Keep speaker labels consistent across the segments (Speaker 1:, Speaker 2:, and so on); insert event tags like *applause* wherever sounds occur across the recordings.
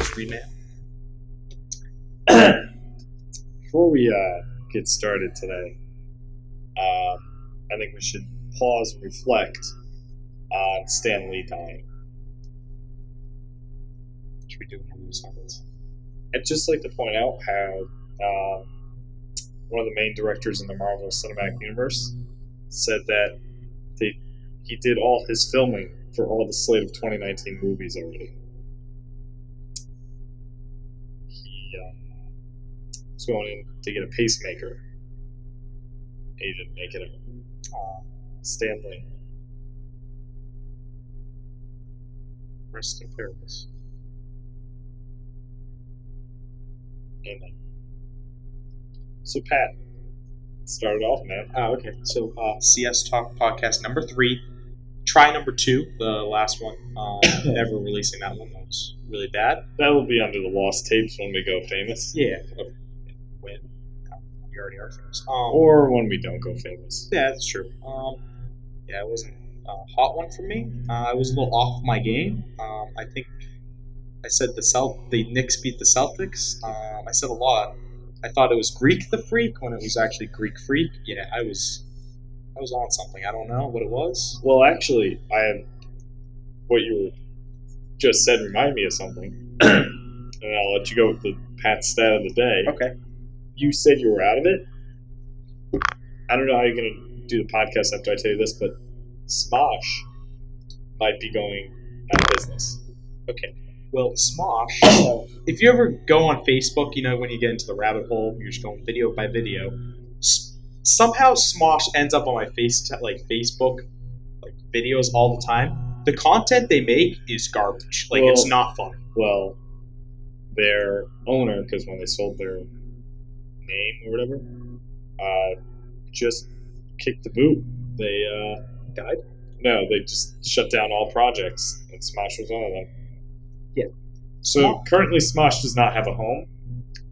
Speaker 1: tree man.
Speaker 2: Before we uh, get started today, um, I think we should pause and reflect on Stan Lee dying.
Speaker 1: Should we do it on this?
Speaker 2: I'd just like to point out how um, one of the main directors in the Marvel Cinematic Universe said that they, he did all his filming for all the slate of 2019 movies already. He uh, was going in to get a pacemaker. He didn't make it. Uh, Stanley.
Speaker 1: Rest in paradise.
Speaker 2: Amen. So Pat, start it off, man.
Speaker 1: Oh, okay. So uh, CS Talk podcast number three, try number two, the last one. Um, *coughs* never releasing that one. That was really bad.
Speaker 2: That will be under the lost tapes when we go famous,
Speaker 1: Yeah. When we already are famous. Um,
Speaker 2: or when we don't go famous.
Speaker 1: Yeah, that's true. Um, yeah, it wasn't a hot one for me. Uh, I was a little off my game. Um, I think I said the Celt- the Knicks beat the Celtics. Um, I said a lot. I thought it was Greek the Freak when it was actually Greek Freak. Yeah, I was, I was on something. I don't know what it was.
Speaker 2: Well, actually, I have what you just said reminded me of something, *clears throat* and I'll let you go with the Pat stat of the day.
Speaker 1: Okay.
Speaker 2: You said you were out of it. I don't know how you're gonna do the podcast after I tell you this, but Smosh might be going out of business.
Speaker 1: Okay. Well, Smosh, uh, if you ever go on Facebook, you know, when you get into the rabbit hole, you're just going video by video. S- somehow Smosh ends up on my face, like Facebook, like videos all the time. The content they make is garbage. Like, it's
Speaker 2: Well-
Speaker 1: not fun.
Speaker 2: Well, their owner, because when they sold their name or whatever, uh, just kicked the boot. They uh,
Speaker 1: Died?
Speaker 2: No, they just shut down all projects, and Smosh was one of them.
Speaker 1: Yeah.
Speaker 2: So
Speaker 1: Smosh-
Speaker 2: currently, Smosh does not have a home,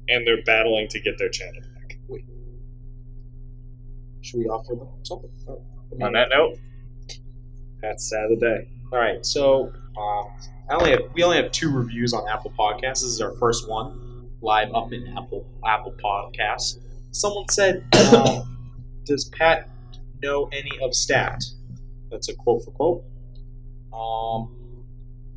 Speaker 2: and they're battling to get their channel back.
Speaker 1: Should we offer them something? Oh,
Speaker 2: On that note, that's Saturday.
Speaker 1: All right, so um, I only have, we only have two reviews on Apple Podcasts. This is our first one, live up in Apple Apple Podcasts. Someone said, um, "Does Pat know any of Stat?" That's a quote for quote. Um,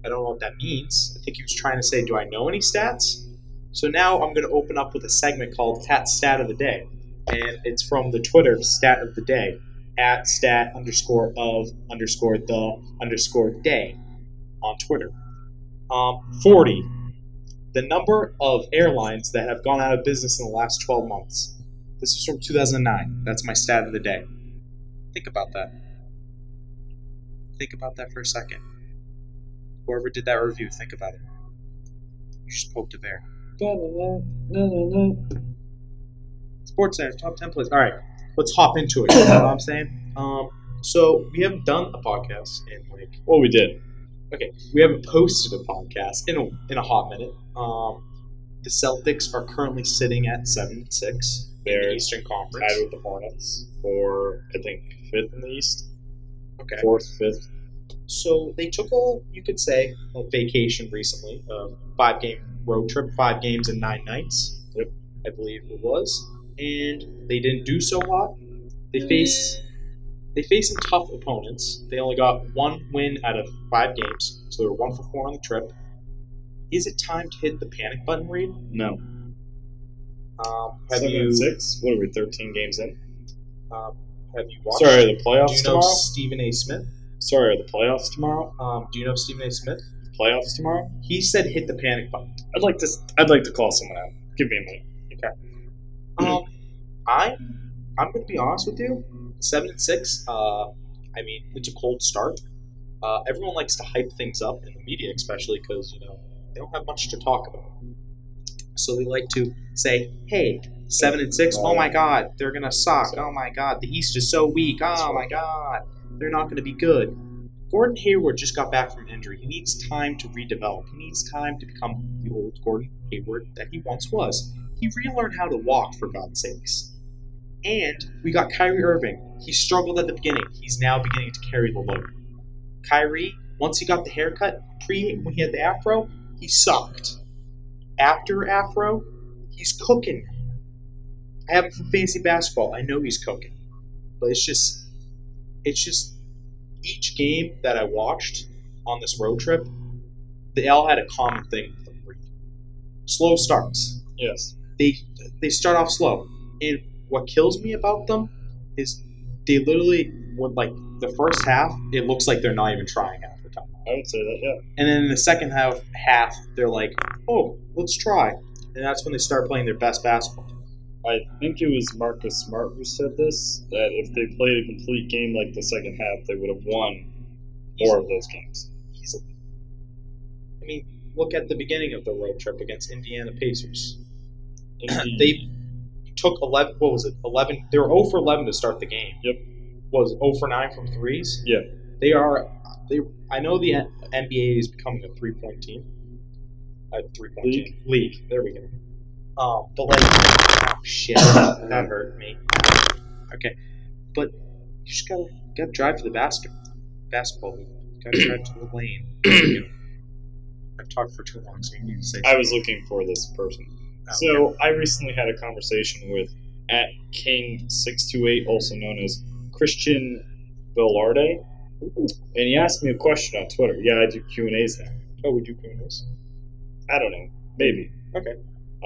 Speaker 1: I don't know what that means. I think he was trying to say, "Do I know any stats?" So now I'm going to open up with a segment called Tat Stat of the Day, and it's from the Twitter Stat of the Day at stat underscore of underscore the underscore day on Twitter. Um, 40. The number of airlines that have gone out of business in the last 12 months. This is from 2009. That's my stat of the day. Think about that. Think about that for a second. Whoever did that review, think about it. You just poked a bear. Sports Center, top 10 plays. All right, let's hop into it. You know what I'm saying? Um, so we haven't done a podcast in like
Speaker 2: Well, we did.
Speaker 1: we haven't posted a podcast in a, in a hot minute. Um, the Celtics are currently sitting at seven and six in
Speaker 2: They're
Speaker 1: the Eastern Conference.
Speaker 2: Tied with the Hornets for I think fifth in the East,
Speaker 1: Okay,
Speaker 2: fourth, fifth.
Speaker 1: so they took a you could say a vacation recently, a five game road trip, five games in nine nights.
Speaker 2: Yep.
Speaker 1: I believe it was, and they didn't do so hot. They face they face some tough opponents. They only got one win out of five games, so they were one for four on the trip. Is it time to hit the panic button, Reed?
Speaker 2: No,
Speaker 1: Um, have
Speaker 2: seven
Speaker 1: you
Speaker 2: and six. What are we? Thirteen games in.
Speaker 1: Um, have you watched?
Speaker 2: Sorry, are the
Speaker 1: do
Speaker 2: playoffs
Speaker 1: you know
Speaker 2: tomorrow?
Speaker 1: Stephen A. Smith?
Speaker 2: Sorry, are the playoffs tomorrow?
Speaker 1: Um, do you know Stephen A. Smith?
Speaker 2: Playoffs tomorrow?
Speaker 1: He said hit the panic button.
Speaker 2: I'd like to. I'd like to call someone out. Give me a minute.
Speaker 1: Um, I, I'm gonna be honest with you. Seven and six. Uh, I mean, it's a cold start. Uh, everyone likes to hype things up in the media, especially because you know they don't have much to talk about. So they like to say, "Hey, seven and six. Oh my God, they're gonna suck. Oh my God, the East is so weak. Oh my God, they're not gonna be good." Gordon Hayward just got back from injury. He needs time to redevelop. He needs time to become the old Gordon Hayward that he once was he relearned how to walk for God's sakes. And we got Kyrie Irving. He struggled at the beginning. He's now beginning to carry the load. Kyrie, once he got the haircut, pre when he had the afro, he sucked. after Afro, he's cooking. I have him from fantasy basketball. I know he's cooking, but it's just, it's just each game that I watched on this road trip, the L had a common thing with them. Slow starts.
Speaker 2: Yes.
Speaker 1: They they start off slow, and what kills me about them is they literally when like the first half, it looks like they're not even trying half the time,
Speaker 2: I would say that, yeah.
Speaker 1: and then in the second half, half they're like, oh, let's try, and that's when they start playing their best basketball.
Speaker 2: I think it was Marcus Smart who said this that if they played a complete game like the second half, they would have won more of those games.
Speaker 1: easily. I mean, look at the beginning of the road trip against Indiana Pacers.
Speaker 2: Indeed.
Speaker 1: They took eleven. What was it? Eleven. They were zero for eleven to start the game.
Speaker 2: Yep.
Speaker 1: Was it zero for nine from threes.
Speaker 2: Yeah.
Speaker 1: They are. They. I know the N- NBA is becoming a three point team. A three point
Speaker 2: League.
Speaker 1: team. League. There we go. Um, but like, oh, shit, that hurt me. Okay, but you just gotta gotta drive to the basket, basketball hoop. Gotta drive to the lane.
Speaker 2: *clears throat*
Speaker 1: You know, I've talked for too long, so you need to say.
Speaker 2: I was looking for this person.
Speaker 1: something.
Speaker 2: So I recently had a conversation with at King six two eight, also known as Christian Velarde, and he asked me a question on Twitter. Yeah, I do Q and A's now.
Speaker 1: oh, we do criminals.
Speaker 2: I don't know, maybe.
Speaker 1: Okay.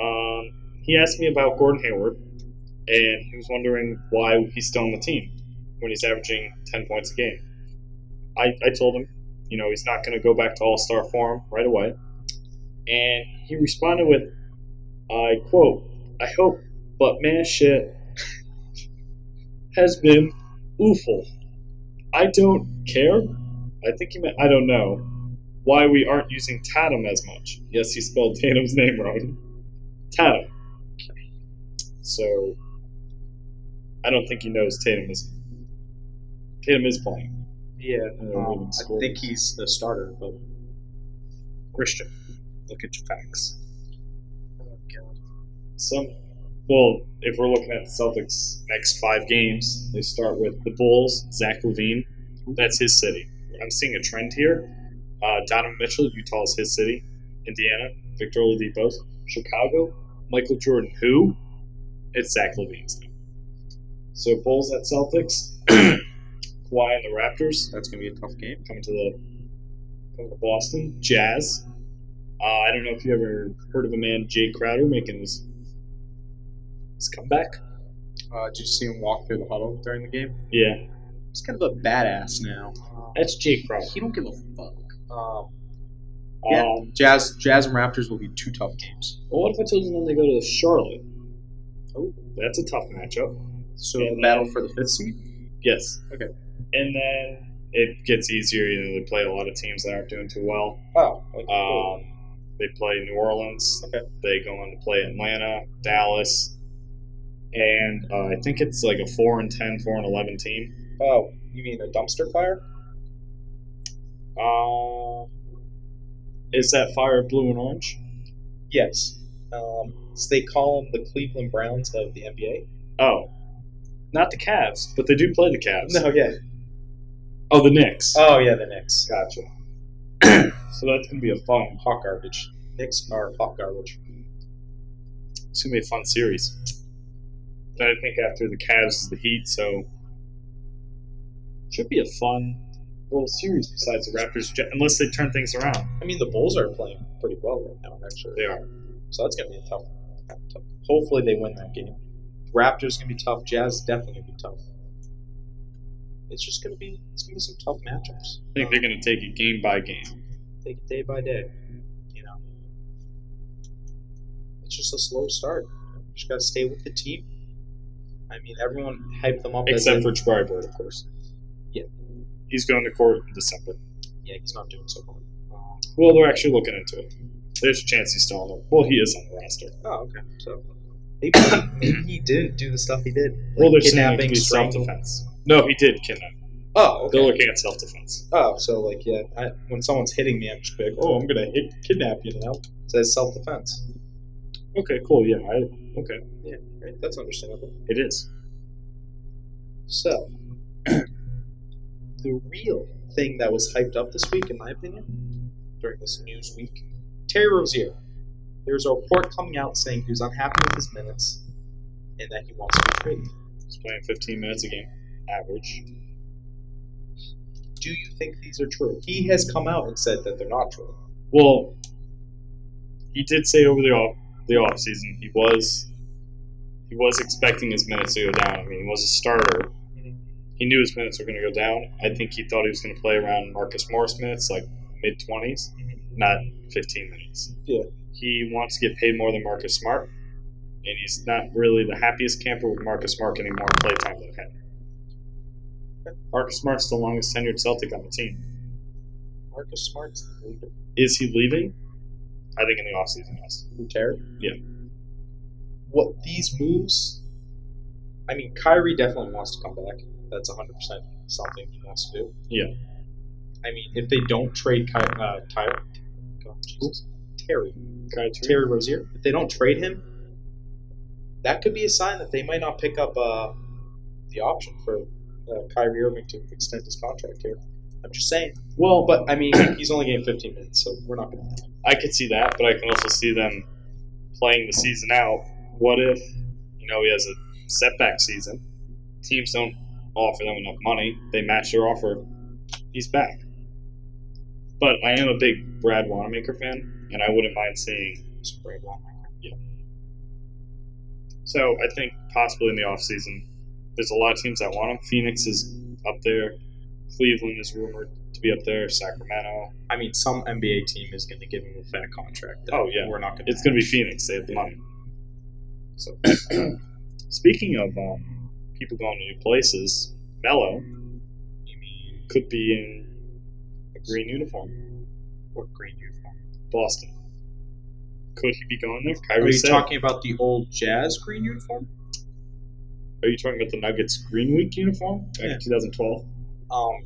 Speaker 2: Um, he asked me about Gordon Hayward, and he was wondering why he's still on the team when he's averaging ten points a game. I, I told him, you know, he's not going to go back to All Star form right away, and he responded with, "I quote, I hope, but man, shit *laughs* has been awful. I don't care. I think he meant I don't know." why we aren't using Tatum as much. Yes, he spelled *laughs* Tatum's name wrong. Tatum. So, I don't think he knows Tatum is. Tatum is playing.
Speaker 1: Yeah,
Speaker 2: Uh,
Speaker 1: um,
Speaker 2: women's
Speaker 1: I
Speaker 2: score.
Speaker 1: think he's the starter, but
Speaker 2: Christian.
Speaker 1: look at your facts.
Speaker 2: Some. Well, if we're looking at the Celtics' next five games, they start with the Bulls. Zach Levine. That's his city. I'm seeing a trend here. Uh, Donovan Mitchell, Utah's his city. Indiana, Victor Oladipo's. Chicago, Michael Jordan. Who? It's Zach Levine's now. So Bulls at Celtics. *clears throat* Kawhi and the Raptors.
Speaker 1: That's gonna be a tough game.
Speaker 2: Coming to the coming to Boston. Jazz. Uh, I don't know if you ever heard of a man Jay Crowder making his his comeback.
Speaker 1: Uh, did you see him walk through the huddle during the game?
Speaker 2: Yeah,
Speaker 1: He's kind of a badass now.
Speaker 2: that's Jay Crowder.
Speaker 1: He don't give a fuck. Um, Yeah.
Speaker 2: Um,
Speaker 1: Jazz, Jazz, and Raptors will be two tough games.
Speaker 2: well, what if I told you then they go to Charlotte?
Speaker 1: Oh.
Speaker 2: that's a tough matchup.
Speaker 1: So
Speaker 2: Yeah,
Speaker 1: the
Speaker 2: man.
Speaker 1: battle for the fifth seed.
Speaker 2: Yes.
Speaker 1: Okay.
Speaker 2: And then it gets easier. You know, they play a lot of teams that aren't doing too well.
Speaker 1: Oh,
Speaker 2: Um, they play New Orleans.
Speaker 1: Okay.
Speaker 2: They go on to play Atlanta, Dallas, and uh, I think it's like a four and 10, 4 and eleven team.
Speaker 1: oh, you mean a dumpster fire?
Speaker 2: Um, is that fire blue and orange?
Speaker 1: Yes. Um, so they call them the Cleveland Browns of the NBA.
Speaker 2: Oh, not the Cavs, but they do play the Cavs.
Speaker 1: yeah.
Speaker 2: Oh, the Knicks.
Speaker 1: Oh, yeah, the Knicks.
Speaker 2: gotcha. so that's gonna be a fun.
Speaker 1: Hot garbage. Knicks are hot garbage.
Speaker 2: It's gonna be a fun series. Then I think after the Cavs is the Heat, so should be a fun little series. Besides the Raptors, Ja- unless they turn things around,
Speaker 1: I mean, the Bulls are playing pretty well right now, actually.
Speaker 2: they are.
Speaker 1: So that's gonna be a tough. tough- Hopefully they win that game. Raptors gonna be tough. Jazz is definitely gonna be tough. It's just gonna be it's gonna be some tough matchups.
Speaker 2: I think they're gonna take it game by game.
Speaker 1: Take it day by day. You know, it's just a slow start. You just gotta stay with the team. I mean, everyone hyped them up. as
Speaker 2: Except
Speaker 1: they-
Speaker 2: for Jabari Bird, of course.
Speaker 1: Yeah.
Speaker 2: he's going to court in December.
Speaker 1: yeah, he's not doing so Um, hard.
Speaker 2: Well, they're actually looking into it. There's a chance he's still on the. Well, he is on the roster.
Speaker 1: Oh, okay. So maybe, maybe *coughs* he didn't do the stuff he did. Like
Speaker 2: well, there's
Speaker 1: kidnapping,
Speaker 2: self
Speaker 1: strangle-
Speaker 2: defense. No, he did kidnap.
Speaker 1: Oh, okay.
Speaker 2: They're looking at self defense.
Speaker 1: Oh, so like yeah, I, when someone's hitting me, I'm just like, oh, I'm gonna hit, kidnap you now. So it's self defense.
Speaker 2: Okay, cool. Yeah, I, okay,
Speaker 1: Right? That's understandable.
Speaker 2: it is.
Speaker 1: So *coughs* the real thing that was hyped up this week, in my opinion, during this news week, Terry Rozier There's a report coming out saying he was unhappy with his minutes and that he wants to be traded.
Speaker 2: He's playing 15 minutes a game, average.
Speaker 1: Do you think these are true? He has come out and said that they're not true.
Speaker 2: Well, he did say over the off the off season he was he was expecting his minutes to go down. I mean, he was a starter. He knew his minutes were going to go down. I think he thought he was going to play around Marcus Morris minutes, like mid 20s not 15 minutes.
Speaker 1: Yeah.
Speaker 2: He wants to get paid more than Marcus Smart, and he's not really the happiest camper with Marcus Smart getting more play time than him. Marcus Smart's the longest tenured Celtic on the team.
Speaker 1: Marcus Smart's the leader.
Speaker 2: Is he leaving? I think in the offseason, yes.
Speaker 1: Butera?
Speaker 2: Yeah.
Speaker 1: What these moves? I mean, Kyrie definitely wants to come back. That's 100% something he wants to do.
Speaker 2: Yeah.
Speaker 1: I mean, if they don't trade Ky- uh, Kyrie, God, Jesus. Terry, Terry Rozier, if they don't trade him, that could be a sign that they might not pick up uh, the option for uh, Kyrie Irving to extend his contract here. I'm just saying.
Speaker 2: Well, but
Speaker 1: But, I mean, he's only getting 15 minutes, so we're not going to.
Speaker 2: I could see that, but I can also see them playing the season out. What if, you know, he has a setback season? Teams don't offer them enough money. They match their offer. He's back. But I am a big Brad Wanamaker fan, and I wouldn't mind seeing some Brad Wanamaker. Yeah. So I think possibly in the offseason, there's a lot of teams that want him. Phoenix is up there. Cleveland is rumored to be up there. Sacramento.
Speaker 1: I mean, some NBA team is going to give him a fat contract. that
Speaker 2: Oh, yeah.
Speaker 1: We're not going
Speaker 2: It's going to be Phoenix. They have the money. So, *clears throat* speaking of um, people going to new places, Mello could be in a green uniform,
Speaker 1: What green uniform?
Speaker 2: Boston. Could he be going there?
Speaker 1: Are
Speaker 2: Kyrie
Speaker 1: we
Speaker 2: said.
Speaker 1: talking about the old Jazz green uniform?
Speaker 2: Are you talking about the Nuggets Green Week uniform back
Speaker 1: Yeah.
Speaker 2: in 2012? *clears throat*
Speaker 1: Um,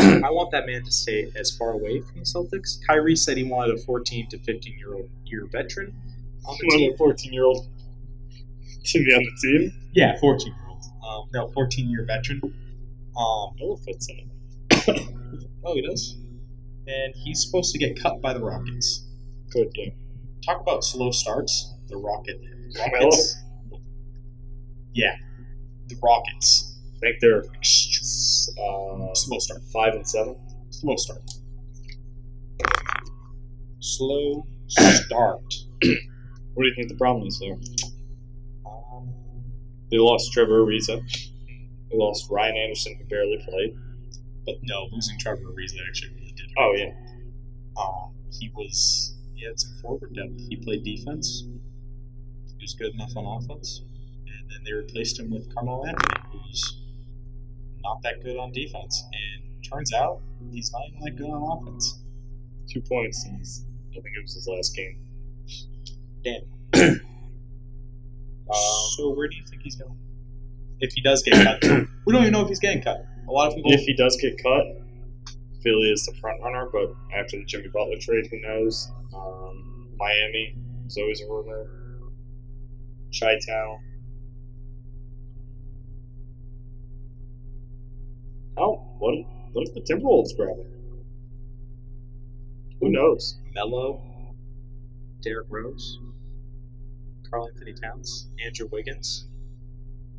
Speaker 1: I want that man to stay as far away from the Celtics. Kyrie said he wanted a 14 to 15 year old year veteran Um, on the
Speaker 2: When
Speaker 1: team.
Speaker 2: a 14 year old *laughs* to be on the team.
Speaker 1: Yeah, 14 year old. Um, no, 14 year veteran. Um,
Speaker 2: Elephants in it.
Speaker 1: oh, he does. And he's supposed to get cut by the Rockets.
Speaker 2: Good, yeah.
Speaker 1: Talk about slow starts. The Rocket.
Speaker 2: Mello,
Speaker 1: Rockets. Yeah, the Rockets.
Speaker 2: I think they're uh,
Speaker 1: Slow start.
Speaker 2: five and seven.
Speaker 1: Slow start. Slow start.
Speaker 2: What do you think the problem is there?
Speaker 1: Um,
Speaker 2: They lost Trevor Ariza. They lost Ryan Anderson, who barely played.
Speaker 1: but no, losing Trevor Ariza actually really did.
Speaker 2: Oh yeah,
Speaker 1: Um, he was he had some forward depth. He played defense. He was good enough on offense, and then they replaced him with Carmelo Anthony, who's not that good on defense. And turns out he's not even that good on offense.
Speaker 2: two points. In his, I think it was his last game. Um,
Speaker 1: Uh, so where do you think he's going? If he does get cut, we don't even know if he's getting cut. A lot of people.
Speaker 2: if he does get cut, Philly is the front runner. But after the Jimmy Butler trade, who knows? Um, Miami is always a rumor. Chi Town. Oh, what? if- What if the Timberwolves grab him? Who knows?
Speaker 1: Mello, Derrick Rose, Carl Anthony Towns, Andrew Wiggins.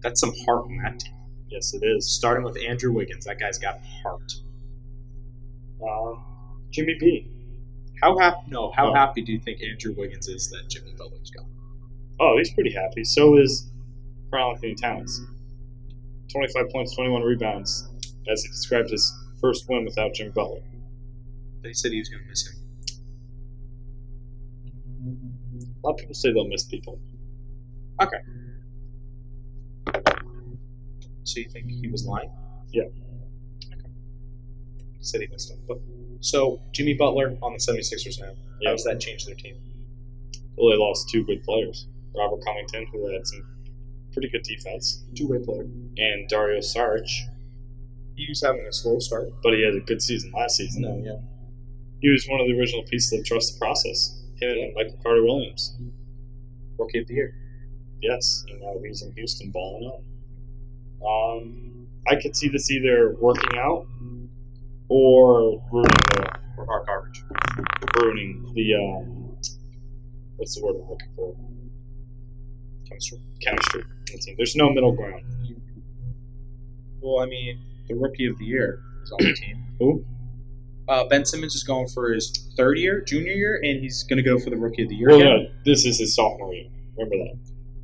Speaker 1: That's some heart on that team.
Speaker 2: Yes, it is.
Speaker 1: Starting with Andrew Wiggins, that guy's got heart.
Speaker 2: Um, Jimmy B.
Speaker 1: How happy? No, how
Speaker 2: Oh.
Speaker 1: happy do you think Andrew Wiggins is that Jimmy Butler's gone?
Speaker 2: Oh, he's pretty happy. So is Carl Anthony Towns. 25 points, 21 rebounds, as he described his first win without Jimmy Butler.
Speaker 1: But he said he was going to miss him.
Speaker 2: A lot of people say they'll miss people.
Speaker 1: So you think he was lying?
Speaker 2: Yeah.
Speaker 1: Okay. He said he missed him. But so Jimmy Butler on the 76ers now.
Speaker 2: Yeah.
Speaker 1: How does that change their team?
Speaker 2: Well, they lost two good players Robert Covington, who had some pretty good defense,
Speaker 1: Two-way player.
Speaker 2: and Dario Saric,
Speaker 1: He was having a slow start.
Speaker 2: but he had a good season last season.
Speaker 1: No, yeah.
Speaker 2: He was one of the original pieces of Trust the Process. Him and Michael Carter Williams.
Speaker 1: Rookie of the year.
Speaker 2: Yes, and now he's in Houston balling up. Um, I could see this either working out or ruining the
Speaker 1: Or our garbage.
Speaker 2: ruining the um, what's the word I'm looking for? Comes from chemistry. in the team. There's no middle ground.
Speaker 3: Well, I mean, the rookie of the year is
Speaker 1: *clears throat*
Speaker 3: on the team.
Speaker 2: Who?
Speaker 3: Uh, ben Simmons is going for his third year, junior year, and he's going to go for the rookie of the year.
Speaker 2: Well,
Speaker 3: again.
Speaker 2: no, this is his sophomore year. Remember that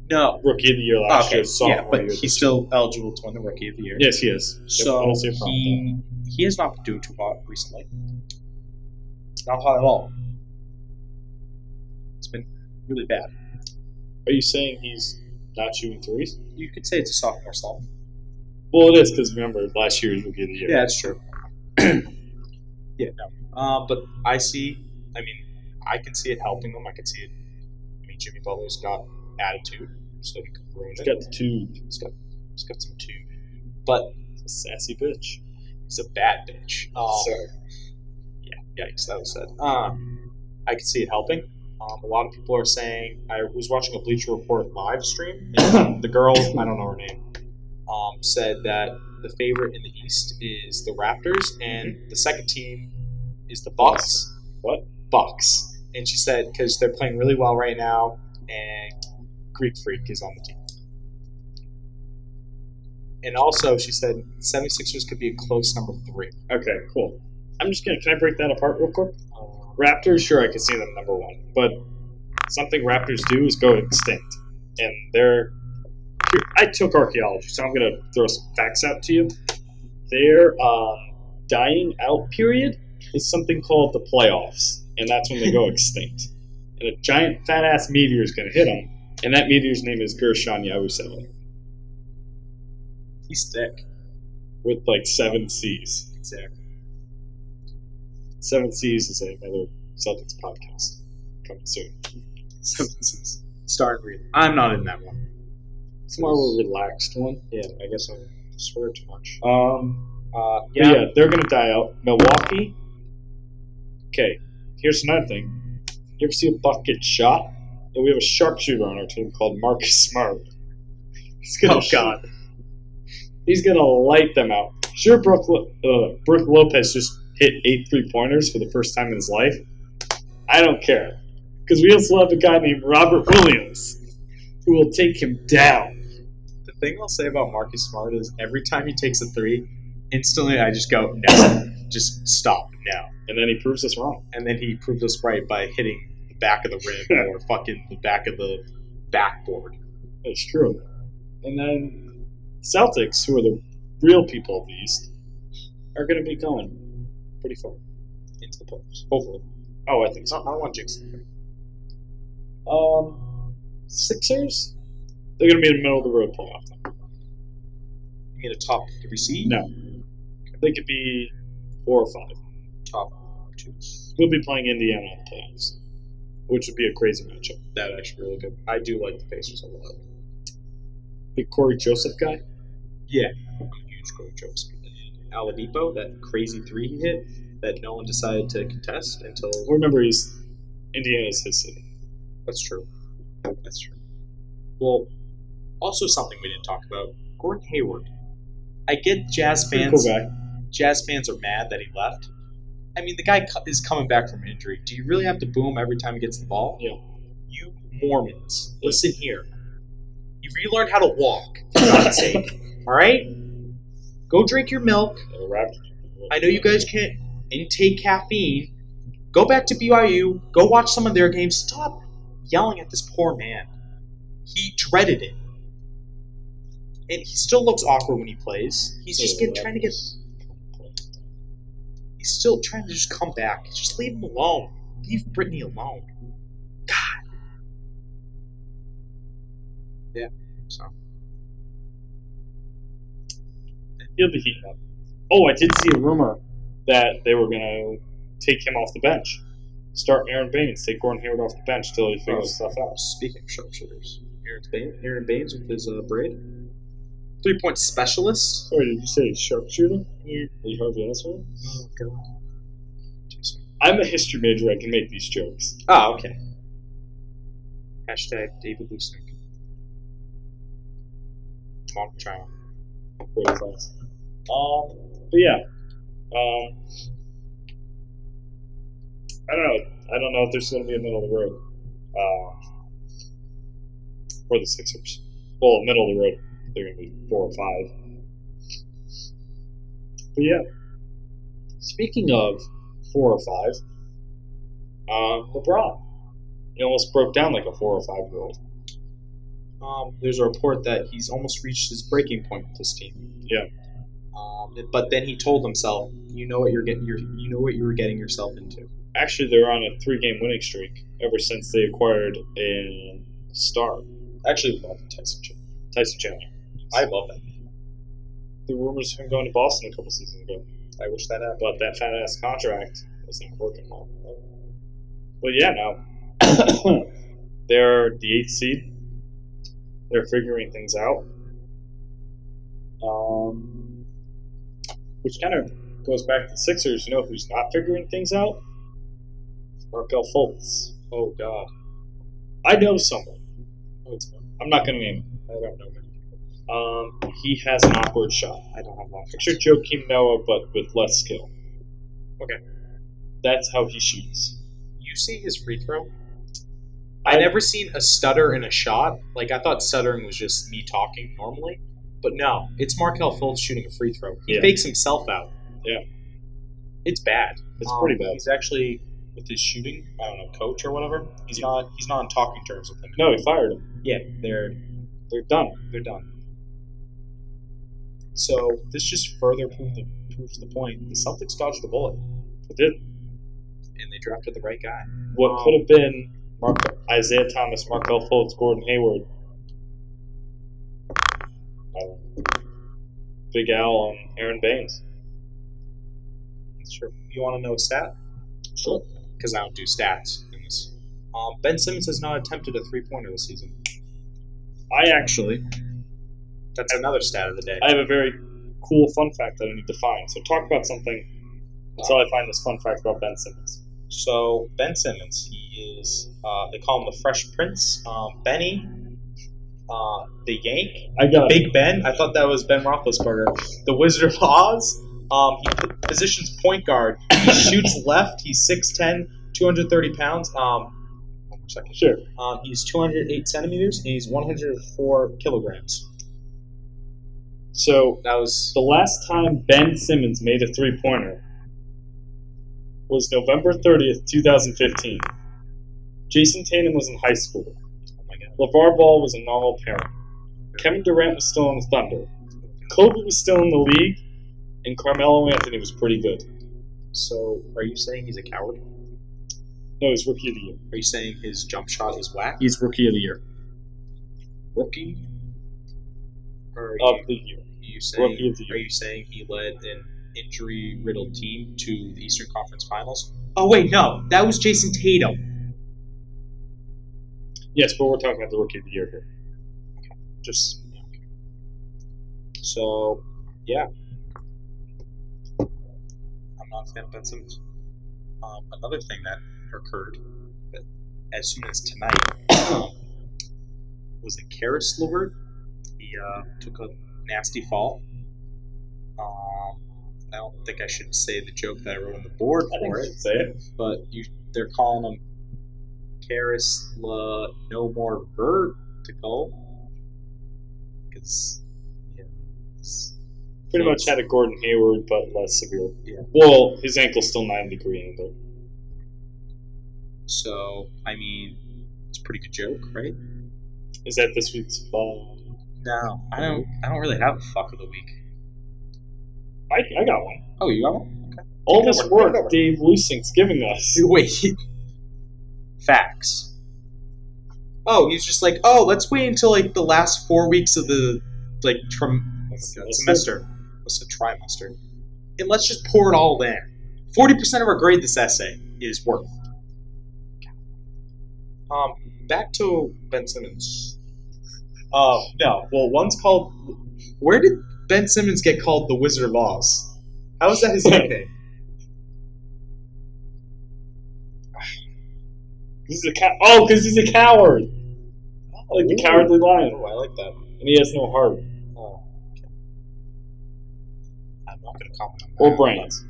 Speaker 3: No.
Speaker 2: rookie of the year last
Speaker 3: Okay.
Speaker 2: year, sophomore
Speaker 3: Yeah, but
Speaker 2: year.
Speaker 3: he's still eligible to win the rookie of the year.
Speaker 2: yes, he is. Yep, I
Speaker 3: So
Speaker 2: don't see a problem with that.
Speaker 3: he he has not been doing too hot recently. Not hot at all. It's been really bad.
Speaker 2: Are you saying he's not shooting threes?
Speaker 3: You could say it's a sophomore slump.
Speaker 2: Well, it is because remember last year's rookie of the year.
Speaker 3: Yeah, it's true.
Speaker 1: *clears throat* Yeah, no. Uh, but I see. I mean, I can see it helping them. I can see it. I mean, Jimmy Butler's got attitude, so he can ruin
Speaker 2: he's
Speaker 1: it.
Speaker 2: got the two
Speaker 1: He's got, he's got some too. But
Speaker 2: he's a sassy bitch.
Speaker 1: he's a bad bitch. Um,
Speaker 2: Sorry.
Speaker 1: Yikes, that was said. Um, I can see it helping. Um, a lot of people are saying I was watching a Bleacher Report live stream, and the girl I don't know her name um, said that the favorite in the East is the Raptors, and
Speaker 3: Mm-hmm.
Speaker 1: the second team is the Bucks.
Speaker 2: What?
Speaker 1: Bucks? And she said because they're playing really well right now, and Greek Freak is on the team. And also, she said 76ers could be a close number three.
Speaker 2: Okay, cool. I'm just gonna. Can I break that apart real quick? Raptors, sure, I can see them number one, but something Raptors do is go extinct, and they're. here, I took archaeology, so I'm gonna throw some facts out to you. Their um, dying out period is something called the playoffs, and that's when they go extinct. And a giant fat ass meteor is gonna hit them, and that meteor's name is Gershon Yahusele
Speaker 3: He's thick.
Speaker 2: with like seven C's.
Speaker 3: Exactly.
Speaker 2: Seven C's is another Celtics podcast coming soon.
Speaker 3: *laughs* Starting reading. I'm not in that one.
Speaker 2: It's more of a relaxed one. Yeah, I guess I'm
Speaker 1: Swear too much.
Speaker 2: Um,
Speaker 1: Uh,
Speaker 2: yeah.
Speaker 1: yeah,
Speaker 2: yeah, they're gonna die out. Milwaukee. Okay, here's another thing. You ever see a buck get shot? Yeah, we have a sharpshooter on our team called Marcus Smart. He's gonna
Speaker 3: Oh,
Speaker 2: shoot-
Speaker 3: God.
Speaker 2: He's gonna light them out. Sure, Brooke, Lo- uh, Brooke Lopez just hit eight three pointers for the first time in his life. I don't care because we also have a guy named Robert Williams who will take him down.
Speaker 1: the thing I'll say about Marcus Smart is every time he takes a three, instantly I just go,
Speaker 3: *laughs*
Speaker 1: no, just stop now.
Speaker 2: And then he proves us wrong.
Speaker 1: And then he proved us right by hitting the back of the
Speaker 3: *laughs*
Speaker 1: rim or fucking the back of the backboard.
Speaker 2: It's true. And then Celtics, who are the real people of the East, are going to be going pretty far into the playoffs. Hopefully. Oh, I think
Speaker 1: It's
Speaker 2: so.
Speaker 1: not, I don't want Jinx.
Speaker 2: Um, Sixers, they're going to be in the middle of the road playoff. Time.
Speaker 1: You mean a top three seed?
Speaker 2: No, they could be four or five.
Speaker 1: Top two.
Speaker 2: We'll be playing Indiana in the playoffs, which would be a crazy matchup.
Speaker 1: That actually really good. I do like the Pacers a lot.
Speaker 2: Big Corey Joseph guy.
Speaker 1: I'm a huge Corey Joseph. And Aladipo, that crazy three he hit that no one decided to contest until.
Speaker 2: Remember, he's Indiana's his city.
Speaker 1: That's true. That's true. Well, also something we didn't talk about: Gordon Hayward. I get Jazz
Speaker 2: Pretty
Speaker 1: fans.
Speaker 2: cool guy.
Speaker 1: Jazz fans are mad that he left. I mean, the guy co- is coming back from injury. Do you really have to boo him every time he gets the ball?
Speaker 2: Yeah.
Speaker 1: You Mormons, listen here. You relearn how to walk, for God's sake. All right. Go drink your milk.
Speaker 2: The Raptors.
Speaker 1: I know you guys can't intake caffeine. Go back to BYU. Go watch some of their games. Stop yelling at this poor man. He dreaded it. And he still looks awkward when he plays. He's just get, trying to get. He's still trying to just come back. Just leave him alone. Leave Brittany alone. God. Yeah. So
Speaker 2: He'll be heating up. Oh, I did see a rumor that they were going to take him off the bench. Start Aaron Baines, take Gordon Hayward off the bench till he figures stuff out.
Speaker 1: Oh, speaking of sharpshooters, Aaron Baines, Aaron Baines with his uh, braid, three point specialist.
Speaker 2: Sorry, did you say sharpshooter? Yeah. Are you Harvey Oswald?
Speaker 1: Oh, God.
Speaker 2: I'm a history major. I can make these jokes.
Speaker 1: Oh, okay. Hashtag David Lucenick. Mock trial.
Speaker 2: Great class. Um, but yeah, um, I don't know. I don't know if there's going to be a middle of the road. uh, or the Sixers. Well, middle of the road, they're going to be four or five. But yeah, speaking of four or five, uh, LeBron, he almost broke down like a four or five year old.
Speaker 1: Um, there's a report that he's almost reached his breaking point with this team.
Speaker 2: Yeah.
Speaker 1: Um, but then he told himself, "You know what you're getting. Your, you know what you were getting yourself into."
Speaker 2: Actually, they're on a three game winning streak ever since they acquired a star. Actually, love Tyson Chandler. Tyson Chandler.
Speaker 1: I love that.
Speaker 2: The rumors of him going to Boston a couple seasons ago.
Speaker 1: I wish that happened.
Speaker 2: but that fat ass contract isn't working well. But yeah, no, *coughs* they're the eighth seed. They're figuring things out, um, which kind of goes back to the Sixers. You know who's not figuring things out? Markel Fultz. Oh God, I know someone. I'm not gonna name. Him. I don't know many people. Um, he has an awkward shot.
Speaker 1: I don't have long.
Speaker 2: Picture Joakim Noah, but with less skill.
Speaker 1: Okay.
Speaker 2: That's how he shoots.
Speaker 1: You see his free throw? I never seen a stutter in a shot. Like I thought stuttering was just me talking normally, but no, it's Markel Fultz shooting a free throw. He
Speaker 2: Yeah.
Speaker 1: fakes himself out.
Speaker 2: Yeah.
Speaker 1: It's bad.
Speaker 2: It's
Speaker 1: Um,
Speaker 2: pretty bad.
Speaker 1: He's actually with his shooting, I don't know, coach or whatever. He's
Speaker 2: Yeah.
Speaker 1: not. He's not on talking terms with him.
Speaker 2: No, he fired him.
Speaker 1: Yeah, they're
Speaker 2: They're done.
Speaker 1: they're done. So this just further proved the, proves the point. The Celtics dodged a bullet
Speaker 2: They did.
Speaker 1: and they drafted the right guy.
Speaker 2: What
Speaker 1: Um,
Speaker 2: could have been Mark, Isaiah Thomas, Markel Fultz, Gordon Hayward. Um, Big Al and Aaron Baines.
Speaker 1: Sure. You want to know a stat?
Speaker 2: Sure.
Speaker 1: Because I don't do stats. In this. Um, ben Simmons has not attempted a three pointer this season.
Speaker 2: I actually,
Speaker 1: That's another stat of the day.
Speaker 2: I have a very cool fun fact that I need to find. So talk about something until I find this fun fact about Ben Simmons.
Speaker 1: So Ben Simmons, he is. Uh, they call him the Fresh Prince. Um, Benny, uh, the Yank,
Speaker 2: I got it.
Speaker 1: Big Ben. I thought that was Ben Roethlisberger, the Wizard of Oz. Um, he p- positions point guard. He shoots left. He's 6'10", 230 pounds. Um, one more second.
Speaker 2: Sure.
Speaker 1: Um, he's 208 centimeters. And he's 104 kilograms.
Speaker 2: So
Speaker 1: That was
Speaker 2: The last time Ben Simmons made a three pointer was November 30th, 2015. Jason Tatum was in high school.
Speaker 1: oh my god.
Speaker 2: LeVar Ball was a normal parent. Kevin Durant was still in the Thunder. Kobe was still in the league. And Carmelo Anthony was pretty good.
Speaker 1: So are you saying he's a coward?
Speaker 2: No, he's rookie of the year.
Speaker 1: Are you saying his jump shot is whack?
Speaker 3: He's rookie of the year. Rookie?
Speaker 1: Or are you-
Speaker 2: Of the year.
Speaker 1: Are you
Speaker 2: Rookie
Speaker 1: saying
Speaker 2: of the year.
Speaker 1: are you saying he led an injury riddled team to the Eastern Conference Finals? Oh wait, no, that was Jason Tatum.
Speaker 2: Yes, but we're talking about the rookie of the year here.
Speaker 1: Just so yeah. I'm not a fan of Ben Simmons. Um, another thing that occurred that as soon as tonight was a Karis Levert. He uh, took a nasty fall. Um, I don't think I should say the joke that I wrote on the board
Speaker 2: I think
Speaker 1: for
Speaker 2: I
Speaker 1: it.
Speaker 2: should say it.
Speaker 1: but you they're calling him Karis La No More Vertical because yeah, it's-
Speaker 2: Pretty much had a Gordon Hayward, but less severe.
Speaker 1: Yeah.
Speaker 2: Well, his ankle's still 9 degree angle.
Speaker 1: so I mean it's a pretty good joke, right?
Speaker 2: Is that this week's ball?
Speaker 1: No, I don't. I don't really have a fuck of the week.
Speaker 2: I, I got one.
Speaker 1: Oh, you got one?
Speaker 2: All
Speaker 1: Take it
Speaker 2: this
Speaker 1: over,
Speaker 2: work
Speaker 1: take it over.
Speaker 2: Dave Lusink's giving us.
Speaker 1: *laughs* Wait, facts. Oh, he's just like, oh, let's wait until like the last four weeks of the like trim semester. What's a trimester? And let's just pour it all in. Forty percent of our grade this essay is worth. Um, back to Ben Simmons. Uh, no. Well, one's called. Where did Ben Simmons get called the Wizard of Oz? How is that *laughs* his nickname?
Speaker 2: This is a cow- oh, because he's a coward. Like the cowardly lion.
Speaker 1: Oh, I like that.
Speaker 2: And he has no heart.
Speaker 1: Oh, okay. I'm not going to comment on that.
Speaker 2: Or brains.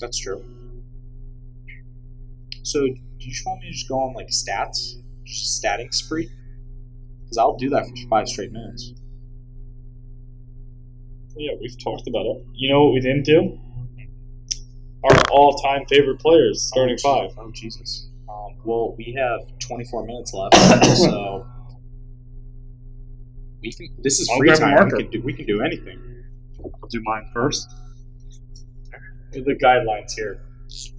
Speaker 1: That's true. So, do you just want me to just go on like stats, just a statting spree? Because I'll do that for five straight minutes.
Speaker 2: Yeah, we've talked about it. You know what we didn't do? Our all-time favorite players, starting five.
Speaker 1: Oh Jesus. Um, well, we have 24 minutes left, *coughs* so we can. This is
Speaker 2: I'll
Speaker 1: free
Speaker 2: grab a
Speaker 1: time.
Speaker 2: marker.
Speaker 1: We can do. We can do anything.
Speaker 2: I'll do mine first. The guidelines here: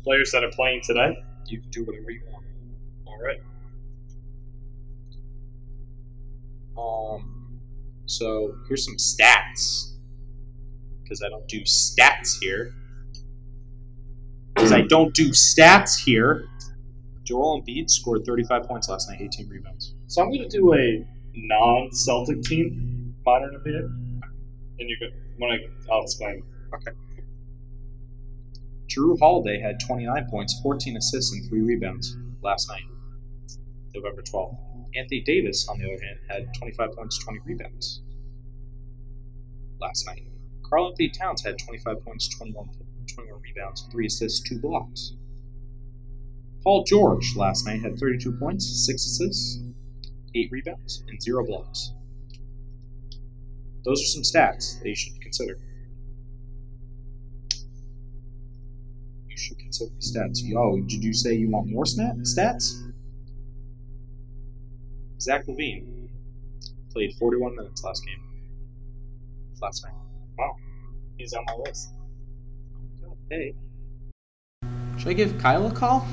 Speaker 2: players that are playing today.
Speaker 1: You can do whatever you want.
Speaker 2: All right.
Speaker 1: Um, so here's some stats because I don't do stats here. Because I don't do stats here. Joel Embiid scored 35 points last night, 18 rebounds.
Speaker 2: So I'm going to do a non-Celtic team, modern opinion, and you can when I I'll explain.
Speaker 1: Drew Holiday had 29 points, 14 assists, and 3 rebounds last night, November 12th. Anthony Davis, on the other hand, had 25 points, 20 rebounds last night. Carl Anthony Towns had 25 points, 21, 21 rebounds, 3 assists, 2 blocks. Paul George last night had 32 points, 6 assists, 8 rebounds, and 0 blocks. Those are some stats that you should consider. You should consider the stats. Yo, did you say you want more sna- stats? Zach Levine played 41 minutes last game. Last night.
Speaker 2: He's on my list.
Speaker 1: Hey. Should I give Kyle a call?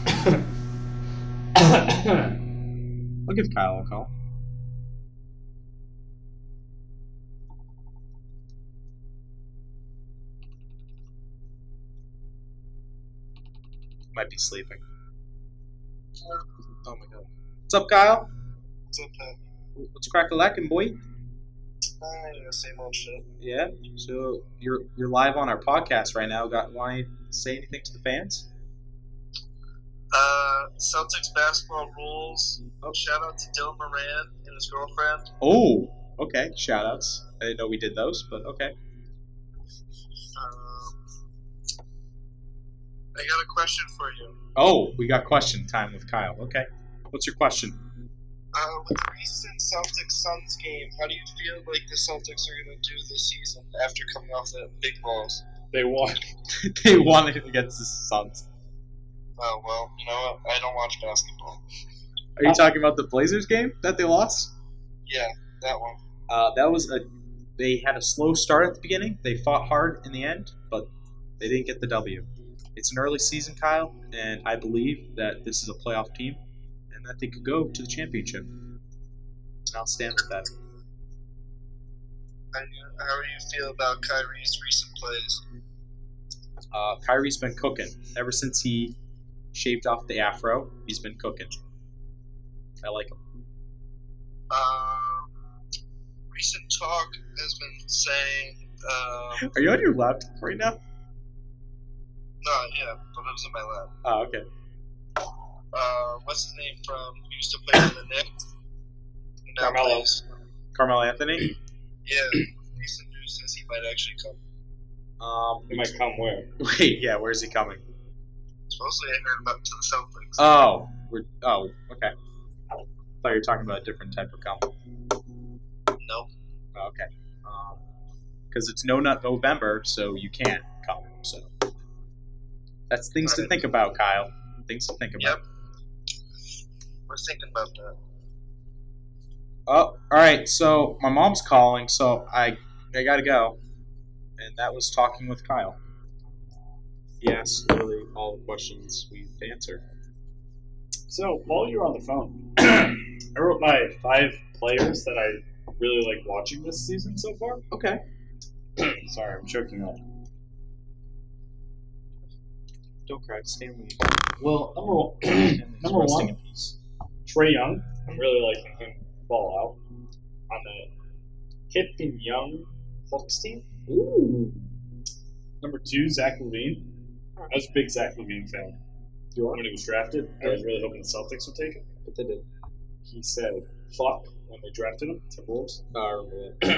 Speaker 1: I'll give Kyle a call. Might be sleeping. Oh my god. What's up, Kyle?
Speaker 4: It's okay.
Speaker 1: What's crack a lacking, boy?
Speaker 4: Ah, yeah, same old shit.
Speaker 1: Yeah. So you're you're live on our podcast right now. Got want to say anything to the fans?
Speaker 4: Uh, Celtics basketball rules.
Speaker 2: Oh.
Speaker 4: Shout out to Dylan Moran and his girlfriend.
Speaker 1: Oh, okay. Shout outs. I didn't know we did those, but okay.
Speaker 4: Um, I got a question for you.
Speaker 1: Oh, we got question time with Kyle. Okay. What's your question? *laughs*
Speaker 4: Uh, with the recent Celtics Suns game, how do you feel like the Celtics are going to do this season after coming off that big loss?
Speaker 2: They won.
Speaker 1: they won it against the Suns.
Speaker 4: Oh well, you know what? I don't watch basketball.
Speaker 1: Are you talking about the Blazers game that they lost?
Speaker 4: Yeah, that one.
Speaker 1: Uh, that was a. They had a slow start at the beginning. They fought hard in the end, but they didn't get the W. It's an early season, Kyle, and I believe that this is a playoff team and that they could go to the championship. And I'll stand with that.
Speaker 4: How do you, how do you feel about Kyrie's recent plays?
Speaker 1: Uh, Kyrie's been cooking ever since he shaved off the afro. He's been cooking. I like him.
Speaker 4: Um, recent talk has been saying. Um,
Speaker 1: Are you on your laptop right now?
Speaker 4: No, yeah, but it was in my lab.
Speaker 1: Oh, okay.
Speaker 4: Uh, what's his name from who used to play for the Knicks? And now
Speaker 2: Carmelo.
Speaker 4: plays-
Speaker 1: Carmelo Anthony. *clears throat*
Speaker 4: Yeah, recent news says he might actually come.
Speaker 1: Um,
Speaker 2: They might come where?
Speaker 1: wait, yeah, where's he coming?
Speaker 4: Supposedly, I heard about to the Celtics.
Speaker 1: Oh, we're, oh, okay. I thought you were talking about a different type of comic.
Speaker 4: no,
Speaker 1: Oh, okay. Because it's no nut November, so you can't come. So that's things to think about, Kyle. Things to think about.
Speaker 4: Yep. we're thinking about that.
Speaker 1: Oh, all right. So my mom's calling, so I I gotta go. And that was talking with Kyle. Yes, really, all the questions we've answered.
Speaker 2: So while you're on the phone, *clears throat* I wrote my five players that I really like watching this season so far.
Speaker 1: Okay.
Speaker 2: Sorry, I'm choking up.
Speaker 1: Don't cry, Stanley. *clears throat*
Speaker 2: Well, number one, *clears throat* number one, Trey Young. I'm really liking him ball out on the hip and young Hawks team.
Speaker 1: Ooh.
Speaker 2: Number two, Zach Levine. I was a big Zach Levine fan. When he was drafted, I was really hoping the Celtics would take him, but they did. He said, fuck, when they drafted him, Timberwolves.
Speaker 1: uh,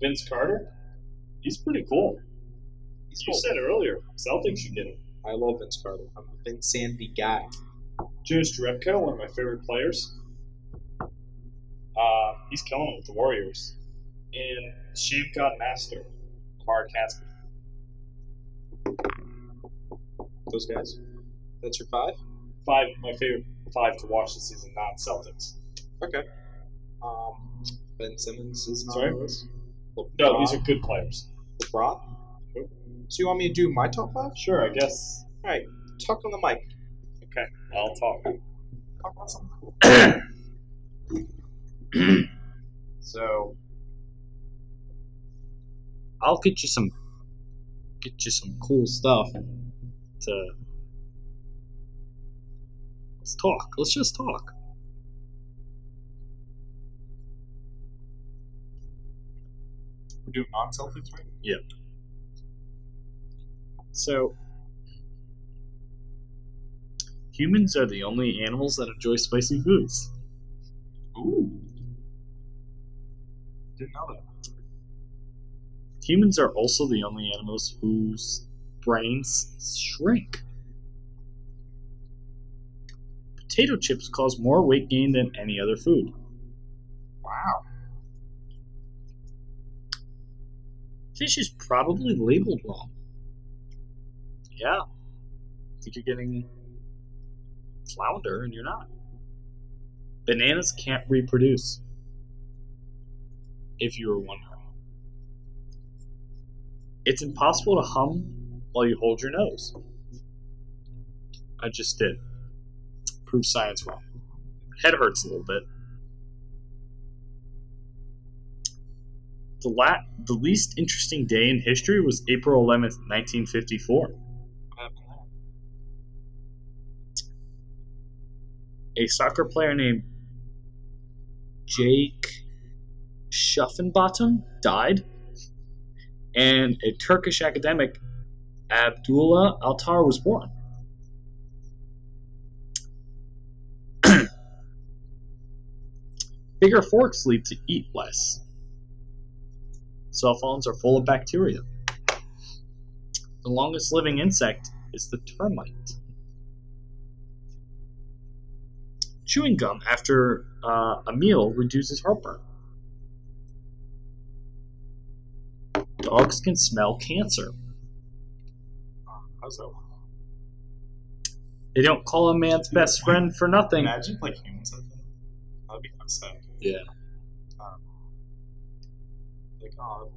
Speaker 2: Vince Carter, he's pretty cool. You said earlier, Celtics should get him.
Speaker 1: I love Vince Carter. I'm a Vince Sandy guy.
Speaker 5: Jonas Jerebko, one of my favorite players. Uh, he's killing it with the Warriors. And Shame God Master, Kamar Casper.
Speaker 1: Those guys. That's your five.
Speaker 5: Five my favorite five to watch this season, not Celtics.
Speaker 1: Um, ben Simmons is not.
Speaker 5: Sorry?
Speaker 1: on this. LeBron.
Speaker 5: No, these are good players.
Speaker 1: LeBron. So you want me to do my top five?
Speaker 5: Sure, I guess.
Speaker 1: All right. Tuck on the mic.
Speaker 5: I'll talk.
Speaker 1: Talk about something cool. so
Speaker 2: I'll get you some get you some cool stuff to let's talk. Let's just talk.
Speaker 1: we're doing non-Celtics, right?
Speaker 2: So humans are the only animals that enjoy spicy foods.
Speaker 1: Ooh. Didn't know that.
Speaker 2: Humans are also the only animals whose brains shrink. Potato chips cause more weight gain than any other food.
Speaker 1: Wow.
Speaker 2: Fish is probably labeled wrong. Yeah. think you're getting flounder and you're not. Bananas can't reproduce. If you were wondering. It's impossible to hum while you hold your nose. I just did. Prove science wrong. Head hurts a little bit. The, la- the least interesting day in history was April 11th, 1954.
Speaker 1: What happened there?
Speaker 2: a soccer player named Jake Schuffenbottom died, and a Turkish academic, Abdullah Altar, was born. *clears throat* Bigger forks lead to eat less. Cell phones are full of bacteria. The longest living insect is the termite. chewing gum after uh, a meal reduces heartburn. Dogs can smell cancer.
Speaker 1: How's that? Work?
Speaker 2: They don't call a man's best friend for nothing.
Speaker 1: Imagine if, like humans had that. That'd be kind of sad.
Speaker 2: Yeah.
Speaker 1: Um, like, oh,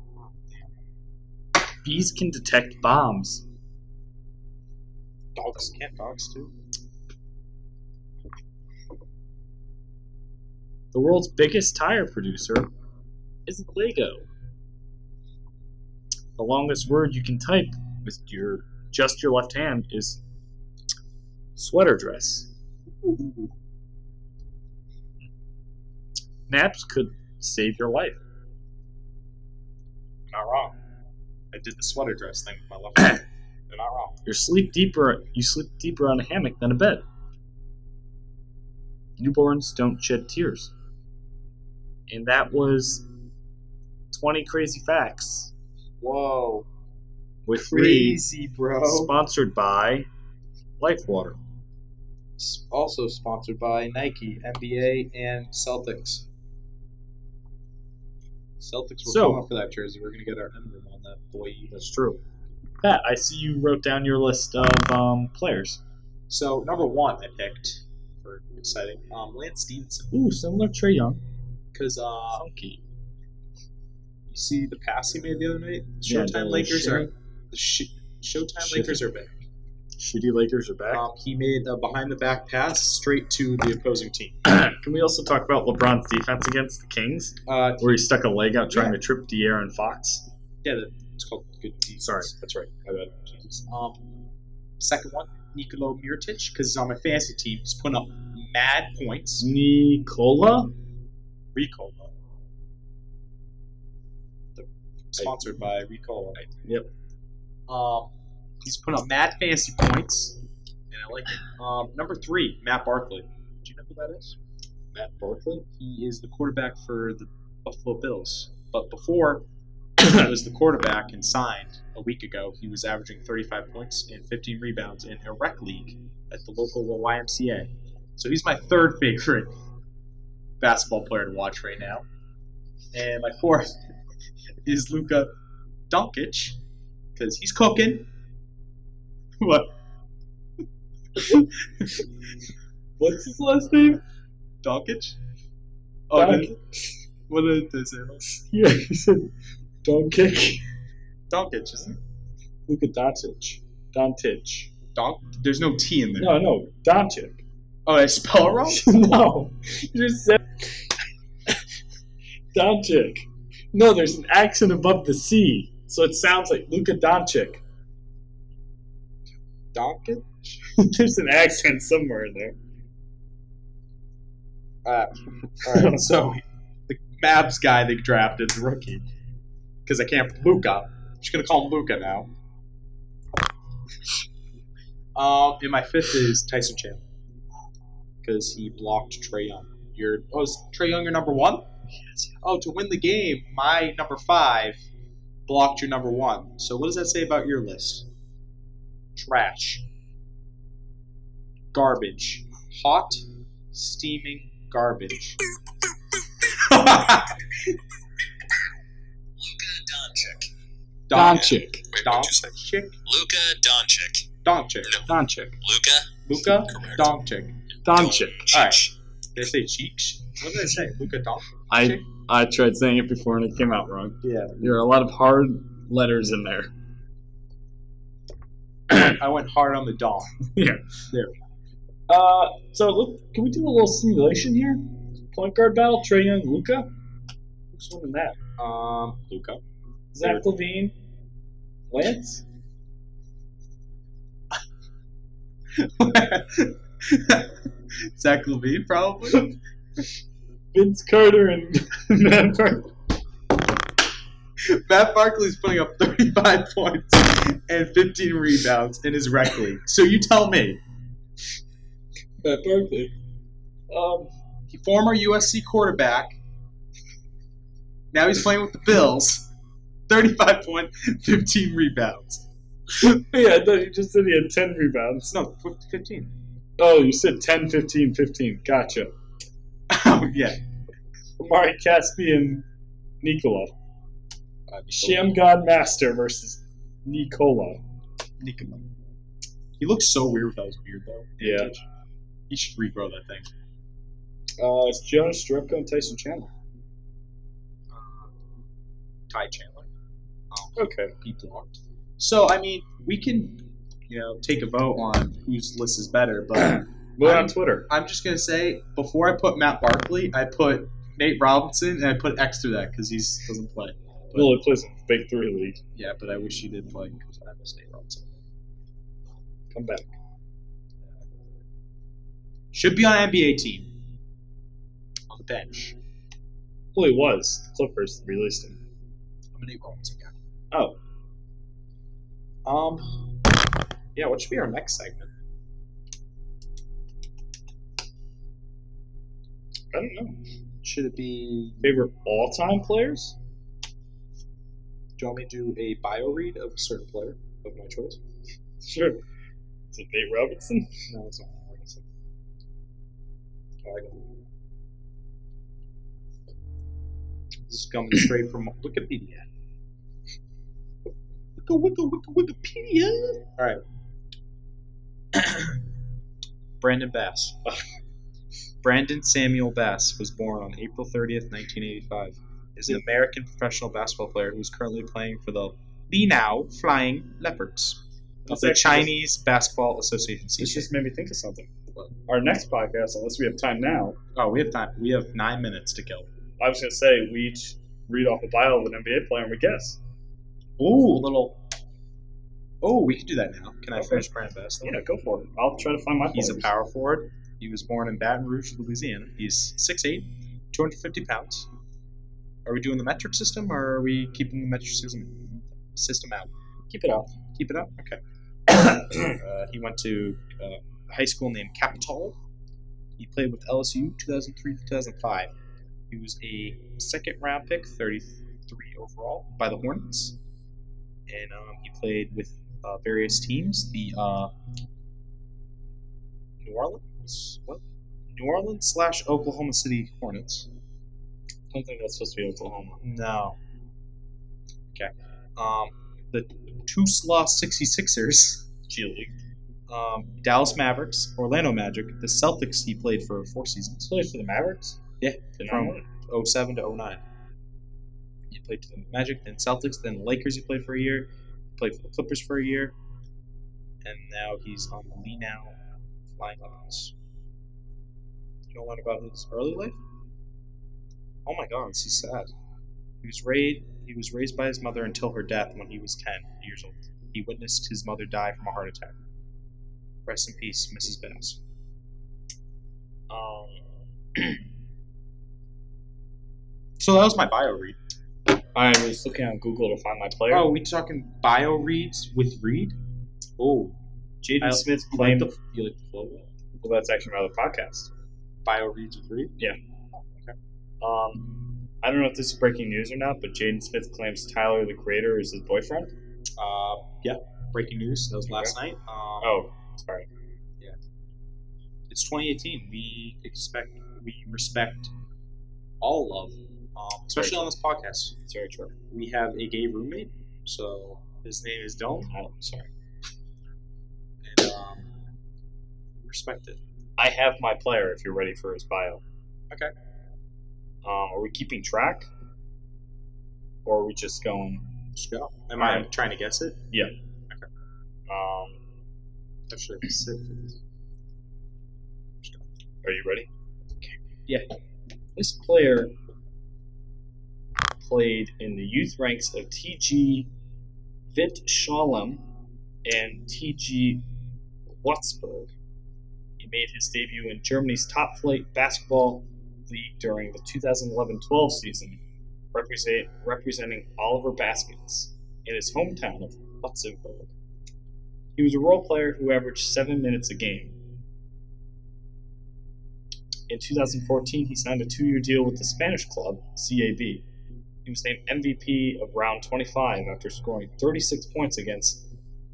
Speaker 1: damn.
Speaker 2: Bees can detect bombs.
Speaker 1: Dogs can't dogs too.
Speaker 2: The world's biggest tire producer is Lego. The longest word you can type with your just your left hand is sweater dress. Maps could save your life.
Speaker 1: You're not wrong. I did the sweater dress thing with my left hand. You're not wrong.
Speaker 2: You sleep deeper. You sleep deeper on a hammock than a bed. Newborns don't shed tears. And that was 20 crazy facts
Speaker 1: Whoa.
Speaker 2: with Reed,
Speaker 1: Crazy, bro.
Speaker 2: sponsored by Life Water.
Speaker 1: S- also sponsored by Nike, NBA, and Celtics. Celtics were
Speaker 2: So-
Speaker 1: going for that jersey. We're gonna get our emblem on that boy.
Speaker 2: That's true. Pat, I see you wrote down your list of um, players.
Speaker 1: So number one, I picked for exciting um, Lance Stevenson
Speaker 2: Ooh, similar Trey Young.
Speaker 1: because uh,
Speaker 2: Funky.
Speaker 1: you see the pass he made the other night.
Speaker 2: Yeah,
Speaker 1: Showtime
Speaker 2: the little
Speaker 1: Lakers
Speaker 2: shimmy.
Speaker 1: are the sh- Showtime
Speaker 2: Shimmy.
Speaker 1: Lakers are back.
Speaker 2: Shitty Lakers are back.
Speaker 1: Um, he made a behind the back pass straight to the opposing team.
Speaker 2: *clears throat* Can we also talk about LeBron's defense against the Kings,
Speaker 1: Uh,
Speaker 2: where he stuck a leg out trying to trip De'Aaron Fox?
Speaker 1: yeah, that- it's called good. Defense.
Speaker 2: Sorry.
Speaker 1: that's right. My bad. Jesus. Um, second one, Nikola Mirotic, because he's on my fantasy team. He's putting up mad points.
Speaker 2: Nicola?
Speaker 1: Recall. The- Sponsored by Recall. Right?
Speaker 2: Yep.
Speaker 1: Um, he's putting up mad fantasy points, and I like it. Um, number three, Matt Barkley. Do you know who that is? Matt Barkley. He is the quarterback for the Buffalo Bills. But before *clears throat* he was the quarterback and signed a week ago, he was averaging 35 points and 15 rebounds in a rec league at the local YMCA. So he's my third *laughs* favorite basketball player to watch right now. And my fourth *laughs* is Luka Doncic because he's cooking. *laughs* What? What's his last name? Doncic. Oh,
Speaker 2: Doncic.
Speaker 1: what did they say?
Speaker 2: Yeah, *laughs* he said, don't kick.
Speaker 1: Doncic, isn't it?
Speaker 2: Luka Doncic. Doncic.
Speaker 1: Donk. There's no T in there.
Speaker 2: No, no, Doncic. *laughs*
Speaker 1: Oh, I spell it wrong.
Speaker 2: no, you just said *laughs* Doncic. No, there's an accent above the C, so it sounds like Luka Doncic. *laughs*
Speaker 6: Donkey?
Speaker 2: there's an accent somewhere in there.
Speaker 6: Uh, Alright,
Speaker 1: so the Mavs guy they drafted, the rookie,
Speaker 6: because I can't Luca. I'm just gonna call him Luca now. Um, and my fifth is Tyson Chandler because he blocked Trey Young. Your oh, is Trey Young your number one? Yes. Oh, to win the game, my number five blocked your number one. So what does that say about your list? Trash, garbage, hot, steaming
Speaker 1: *laughs*
Speaker 6: garbage.
Speaker 4: Luka Doncic.
Speaker 2: Doncic.
Speaker 4: Wait, what'd you say?
Speaker 6: Doncic,
Speaker 4: Luka Doncic.
Speaker 6: Doncic,
Speaker 2: Doncic.
Speaker 4: Luka.
Speaker 6: Luca,
Speaker 4: Correct.
Speaker 6: Doncic.
Speaker 2: Doncic.
Speaker 6: All right. Did I say cheeks? What did I say? Luca Doncic.
Speaker 2: I I tried saying it before and it came out wrong.
Speaker 6: Yeah.
Speaker 2: There are a lot of hard letters in there.
Speaker 6: *clears throat* I went hard on the dong.
Speaker 2: Uh, so look, can we do a little simulation here? Point guard battle, Trey Young, Luca. Who's winning that?
Speaker 6: Um, Luca. *laughs*
Speaker 2: Zach Levine, Lance.
Speaker 1: Zach Levine, probably.
Speaker 2: Vince Carter and *laughs* Matt Barkley.
Speaker 1: *laughs* Matt Barkley's putting up 35 points and 15 rebounds in his rec league. So you tell me,
Speaker 2: Matt Barkley. Um, *laughs*
Speaker 1: former USC quarterback, now he's playing with the Bills, 35 point, 15 rebounds.
Speaker 2: yeah, I thought you just said he had 10 rebounds.
Speaker 1: No, 15.
Speaker 2: Oh, you said 10, 15, 15. Gotcha.
Speaker 1: *laughs* Oh, yeah.
Speaker 2: Amari Caspi and Nikola.
Speaker 6: Uh,
Speaker 2: Sham God Master versus Nikola.
Speaker 1: Nicola. He looks so weird without his beard, though.
Speaker 2: Yeah.
Speaker 1: He should regrow that thing.
Speaker 2: Uh, it's Jonas Jerebko and Tyson Chandler.
Speaker 6: Ty Chandler.
Speaker 2: Okay.
Speaker 1: He blocked. So, I mean, we can, you know, take a vote on whose list is better, but.
Speaker 6: *clears throat*
Speaker 2: Vote on
Speaker 1: I'm-
Speaker 2: Twitter.
Speaker 1: I'm just gonna say before I put Matt Barkley, I put Nate Robinson and I put X through that because he doesn't play.
Speaker 2: Lily plays in the Big Three League.
Speaker 1: Yeah, but I wish he did play because I miss Nate Robinson.
Speaker 2: Come back.
Speaker 1: Should be on an NBA team. On the bench.
Speaker 2: Well, he was. The Clippers released him.
Speaker 1: I'm a Nate Robinson guy.
Speaker 2: Oh,
Speaker 6: Um, yeah. What should be our next segment?
Speaker 2: I don't know.
Speaker 6: Should it be?
Speaker 2: Favorite all time players?
Speaker 6: Do you want me to do a bio read of a certain player of my choice?
Speaker 2: Sure. Is it Nate Robinson?
Speaker 6: No, it's not. Wait a second. Oh, I got it. This is coming straight from Wikipedia. Wicca, wicca, wicca, Wikipedia. All right. *coughs* Brandon Bass. *laughs* Brandon Samuel Bass was born on April 30th, 1985. Is an American professional basketball player who is currently playing for the Linao Flying Leopards of
Speaker 2: That's
Speaker 1: The
Speaker 2: actually-
Speaker 1: Chinese Basketball Association.
Speaker 2: This
Speaker 1: CBA.
Speaker 2: just made me think of something. Our next podcast, unless we have time now,
Speaker 1: Oh, we have time. We have nine minutes to kill.
Speaker 2: I was going to say we each read off a bio of an NBA player and we guess.
Speaker 1: Oh, a little. Oh, we can do that now. Can I
Speaker 2: Okay.
Speaker 1: finish Brandon Bass? though?
Speaker 2: Yeah, go for it. I'll try to find my
Speaker 1: He's a
Speaker 2: players.
Speaker 1: power forward. He was born in Baton Rouge, Louisiana. He's 6'8, 250 pounds. Are we doing the metric system or are we keeping the metric system, system out?
Speaker 2: Keep it up.
Speaker 1: Keep it up? Okay.
Speaker 2: *coughs*
Speaker 1: uh, he went to uh, a high school named Capitol. He played with LSU 2003 2005. He was a second round pick, 33 overall, by the Hornets. And um, he played with uh, various teams. The uh, New Orleans? What? New Orleans slash Oklahoma City Hornets.
Speaker 2: I don't think that's supposed to be Oklahoma.
Speaker 1: No. Okay. Um, the Tulsa 66ers. G League. Um, Dallas Mavericks, Orlando Magic, the Celtics he played for four seasons.
Speaker 2: Played for the Mavericks.
Speaker 1: Yeah,
Speaker 2: Did
Speaker 1: from-
Speaker 2: not know.
Speaker 1: 07 to 09. He played for the Magic, then Celtics, then Lakers. He played for a year. He played for the Clippers for a year, and now he's on the Lee now flying levels. You don't learn about his early life. Oh my God, this is sad. He was raised. He was raised by his mother until her death when he was 10 years old. He witnessed his mother die from a heart attack. Rest in peace, Mrs. Bass. Um, so that was my bio read.
Speaker 2: I was looking on Google to find my player.
Speaker 1: Oh, we talking bio reads with read? Oh,
Speaker 2: I-
Speaker 1: Jaden Smith
Speaker 2: you
Speaker 1: claimed
Speaker 2: like
Speaker 1: you like the flow
Speaker 2: Well, that's actually my other podcast.
Speaker 7: Bio reads with read.
Speaker 2: Um, I don't know if this is breaking news or not, but Jaden Smith claims Tyler the Creator is his boyfriend.
Speaker 1: Uh, yeah, breaking news. That was last night. Um,
Speaker 2: Oh, sorry.
Speaker 1: it's 2018. We expect, we respect all love, um, especially on this podcast.
Speaker 2: It's very true.
Speaker 1: We have a gay roommate, so his name is Dome,
Speaker 2: Oh, sorry.
Speaker 1: and um, respect it.
Speaker 2: I have my player if you're ready for his bio.
Speaker 1: Okay.
Speaker 2: Um, are we keeping track? Or are we just going.
Speaker 1: Just go. Am I
Speaker 2: Alright.
Speaker 1: trying to guess it?
Speaker 2: Um,
Speaker 1: I should have said this.
Speaker 2: are you ready?
Speaker 1: Yeah.
Speaker 2: This player played in the youth ranks of TG Vit Shalom and TG Wurzburg. He made his debut in Germany's top flight basketball league during the 2011 12 season, represent, representing Oliver Baskets in his hometown of Luxembourg. He was a role player who averaged seven minutes a game. In 2014, he signed a two year deal with the Spanish club, CAB. He was named MVP of round 25 after scoring 36 points against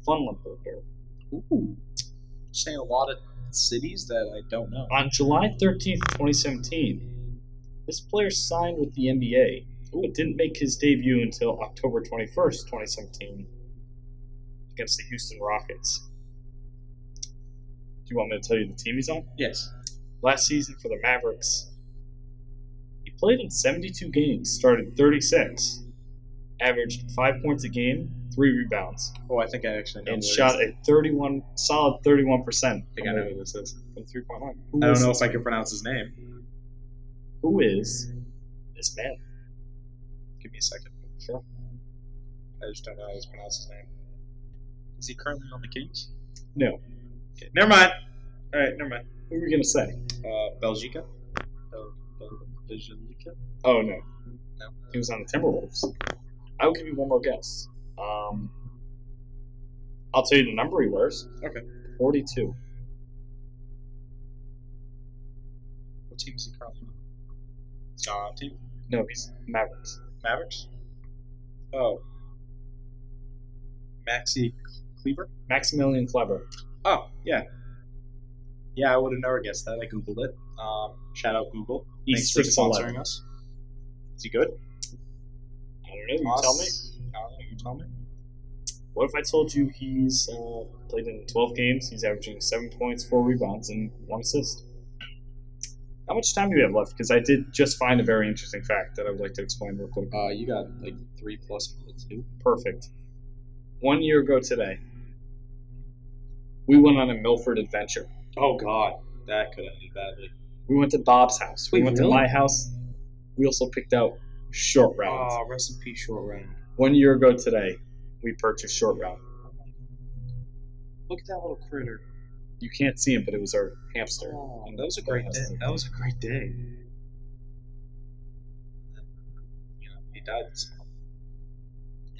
Speaker 2: Funlenberger.
Speaker 1: Ooh. Saying a lot of cities that I don't know.
Speaker 2: On July 13th, 2017, this player signed with the NBA, but didn't make his debut until October 21st, 2017, against the Houston Rockets. Do you want me to tell you the team he's on?
Speaker 1: Yes.
Speaker 2: last season for the Mavericks. He played in 72 games, started 36, averaged five points a game, three rebounds,
Speaker 1: Oh, I think I actually know.
Speaker 2: and
Speaker 1: what it
Speaker 2: shot
Speaker 1: is.
Speaker 2: a 31 solid 31 percent
Speaker 1: I think I know who this is.
Speaker 2: from three point line.
Speaker 7: I don't know if I can pronounce his name.
Speaker 2: Who is this man?
Speaker 1: Give me a second.
Speaker 2: Sure.
Speaker 1: I just don't know how to pronounce his name. Is he currently on the Kings?
Speaker 2: No.
Speaker 7: Never mind. All right, never mind.
Speaker 2: Who were you gonna say?
Speaker 1: Uh, Belgica? Bel- Bel- Belgica?
Speaker 2: Oh no,
Speaker 1: No.
Speaker 2: he was on the Timberwolves. I will give you one more guess. Um, I'll tell you the number he wears.
Speaker 1: Okay.
Speaker 2: 42.
Speaker 1: What team is he currently on? He's not on a team.
Speaker 2: No, he's Mavericks.
Speaker 1: Mavericks? Oh. Maxi Cleaver?
Speaker 2: Maximilian Clever.
Speaker 1: Oh, yeah. Yeah, I would have never guessed that. I Googled it. Um, shout out Google.
Speaker 2: He's
Speaker 1: Thanks for
Speaker 2: 6'11".
Speaker 1: sponsoring us. Is he good?
Speaker 2: I don't know. You tell me.
Speaker 1: I don't know. You tell me.
Speaker 2: What if I told you he's uh, played in 12 games, he's averaging 7 points, 4 rebounds, and 1 assist? How much time do we have left? Because I did just find a very interesting fact that I would like to explain real quick.
Speaker 1: Uh, you got like three plus minutes. Dude.
Speaker 2: Perfect. One year ago today, we went on a Milford adventure.
Speaker 1: Oh God, that could have ended badly.
Speaker 2: We went to Bob's house. We
Speaker 1: Wait,
Speaker 2: went to
Speaker 1: really?
Speaker 2: my house. We also picked out short rounds.
Speaker 1: Ah, rest in peace, short round.
Speaker 2: One year ago today, we purchased short round.
Speaker 1: Look at that little critter.
Speaker 2: You can't see him, but it was our hamster.
Speaker 1: Oh, that was a great day. That was a great day. You know, he died. this month.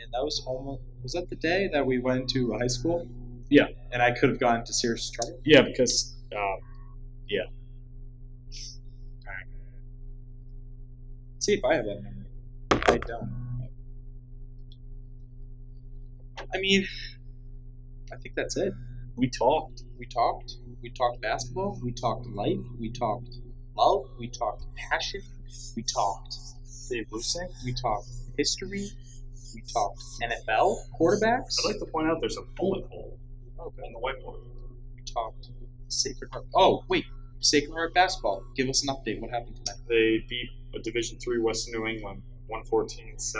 Speaker 1: And that was almost. Was that the day that we went to high school?
Speaker 2: Yeah.
Speaker 1: And I could have gone into serious trouble.
Speaker 2: Yeah, because um,
Speaker 1: See if I have that memory. I don't. I mean, I think that's it.
Speaker 2: we talked.
Speaker 8: We talked. We talked basketball. We talked life. We talked love. We talked passion. We talked the Rusev. We talked history. We talked NFL quarterbacks.
Speaker 2: I'd like to point out there's a bullet hole on the whiteboard.
Speaker 8: We talked Sacred Heart. Oh wait, Sacred Heart basketball. Give us an update. What happened tonight?
Speaker 2: They beat a Division Three Western New England 114-70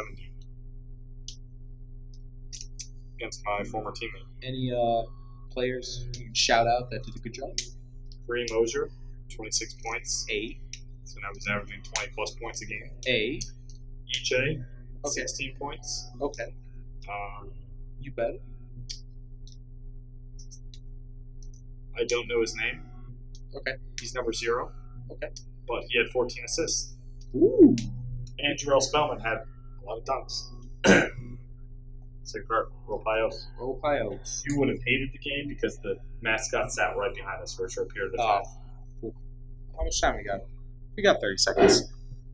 Speaker 2: against my former teammate
Speaker 8: Any uh, players you can shout out that did a good job?
Speaker 2: Kareem Mosier, 26 points.
Speaker 8: A
Speaker 2: So now he's averaging 20 plus points a game.
Speaker 8: A.
Speaker 2: EJ,
Speaker 8: Okay.
Speaker 2: 16 points.
Speaker 8: Okay.
Speaker 2: Um,
Speaker 8: You better.
Speaker 2: I don't know his name.
Speaker 8: Okay.
Speaker 2: He's number zero.
Speaker 8: Okay.
Speaker 2: But he had 14 assists.
Speaker 8: Ooh.
Speaker 2: And Jarrell Spellman had a lot of
Speaker 8: *clears throat*
Speaker 2: dunks. Sick part. Roll Pio.
Speaker 8: Ohio.
Speaker 2: You would have hated the game because the mascot sat right behind us for a short period of
Speaker 8: Oh.
Speaker 2: time.
Speaker 8: How much time we got?
Speaker 3: We got 30 seconds.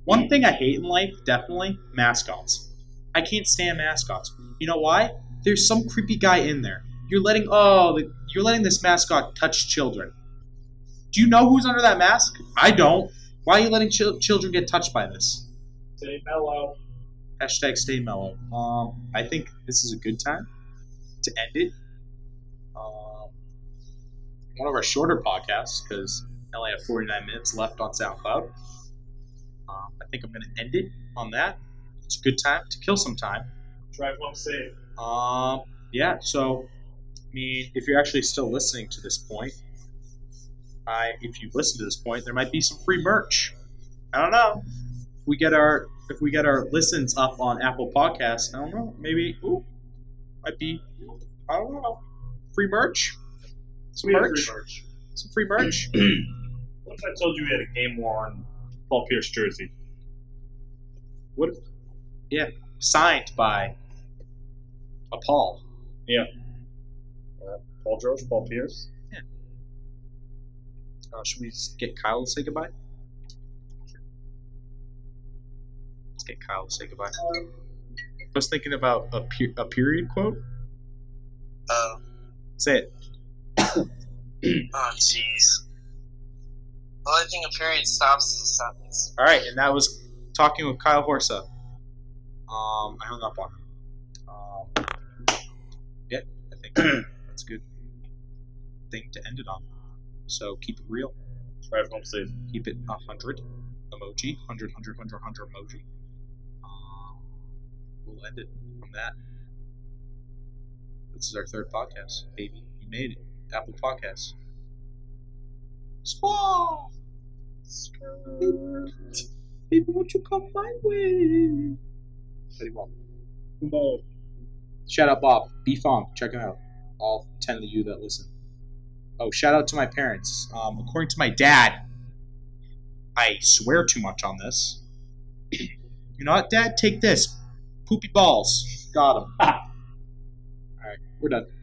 Speaker 1: One thing I hate in life, definitely, mascots. I can't stand mascots. You know why? There's some creepy guy in there. You're letting oh, the, you're letting this mascot touch children. Do you know who's under that mask? I don't. Why are you letting chil- children get touched by this?
Speaker 2: Stay mellow.
Speaker 1: Hashtag stay mellow. Um, I think this is a good time to end it. Um, one of our shorter podcasts because I only have 49 minutes left on SoundCloud. Um, I think I'm going to end it on that. It's a good time to kill some time.
Speaker 2: Drive home safe.
Speaker 1: Um, yeah, so, I mean, if you're actually still listening to this point, I, if you listen to this point, there might be some free merch. I don't know. If we get our if we get our listens up on Apple Podcasts, I don't know. Maybe ooh, might be I don't know. Free merch, some
Speaker 2: We had
Speaker 1: merch,
Speaker 2: free merch.
Speaker 1: some free merch.
Speaker 2: What if I told you we had a game worn Paul Pierce jersey?
Speaker 1: signed by a Paul.
Speaker 2: Paul George, Paul Pierce.
Speaker 1: Uh, should we get Kyle to say goodbye? Let's get Kyle to say goodbye. I was thinking about a, pe- a period quote.
Speaker 4: Oh,
Speaker 1: Say it.
Speaker 4: oh, jeez. The only thing a period stops is a sentence.
Speaker 1: All right, and that was talking with Kyle Horsa. Um, I hung up on him. Um, yeah, I think that's a good thing to end it on. So keep it real.
Speaker 2: Drive home safe.
Speaker 1: keep it 100 emoji 100 100 100 100 emoji um, we'll end it on that this is our third podcast baby you made it apple podcasts squall baby won't you come my way
Speaker 8: Pretty well.
Speaker 2: Boom.
Speaker 1: shout out bob b fong check him out all 10 of you that listen oh shout out to my parents um, according to my dad i swear too much on this *clears throat* you know *laughs* what dad take this poopy balls got him all right we're done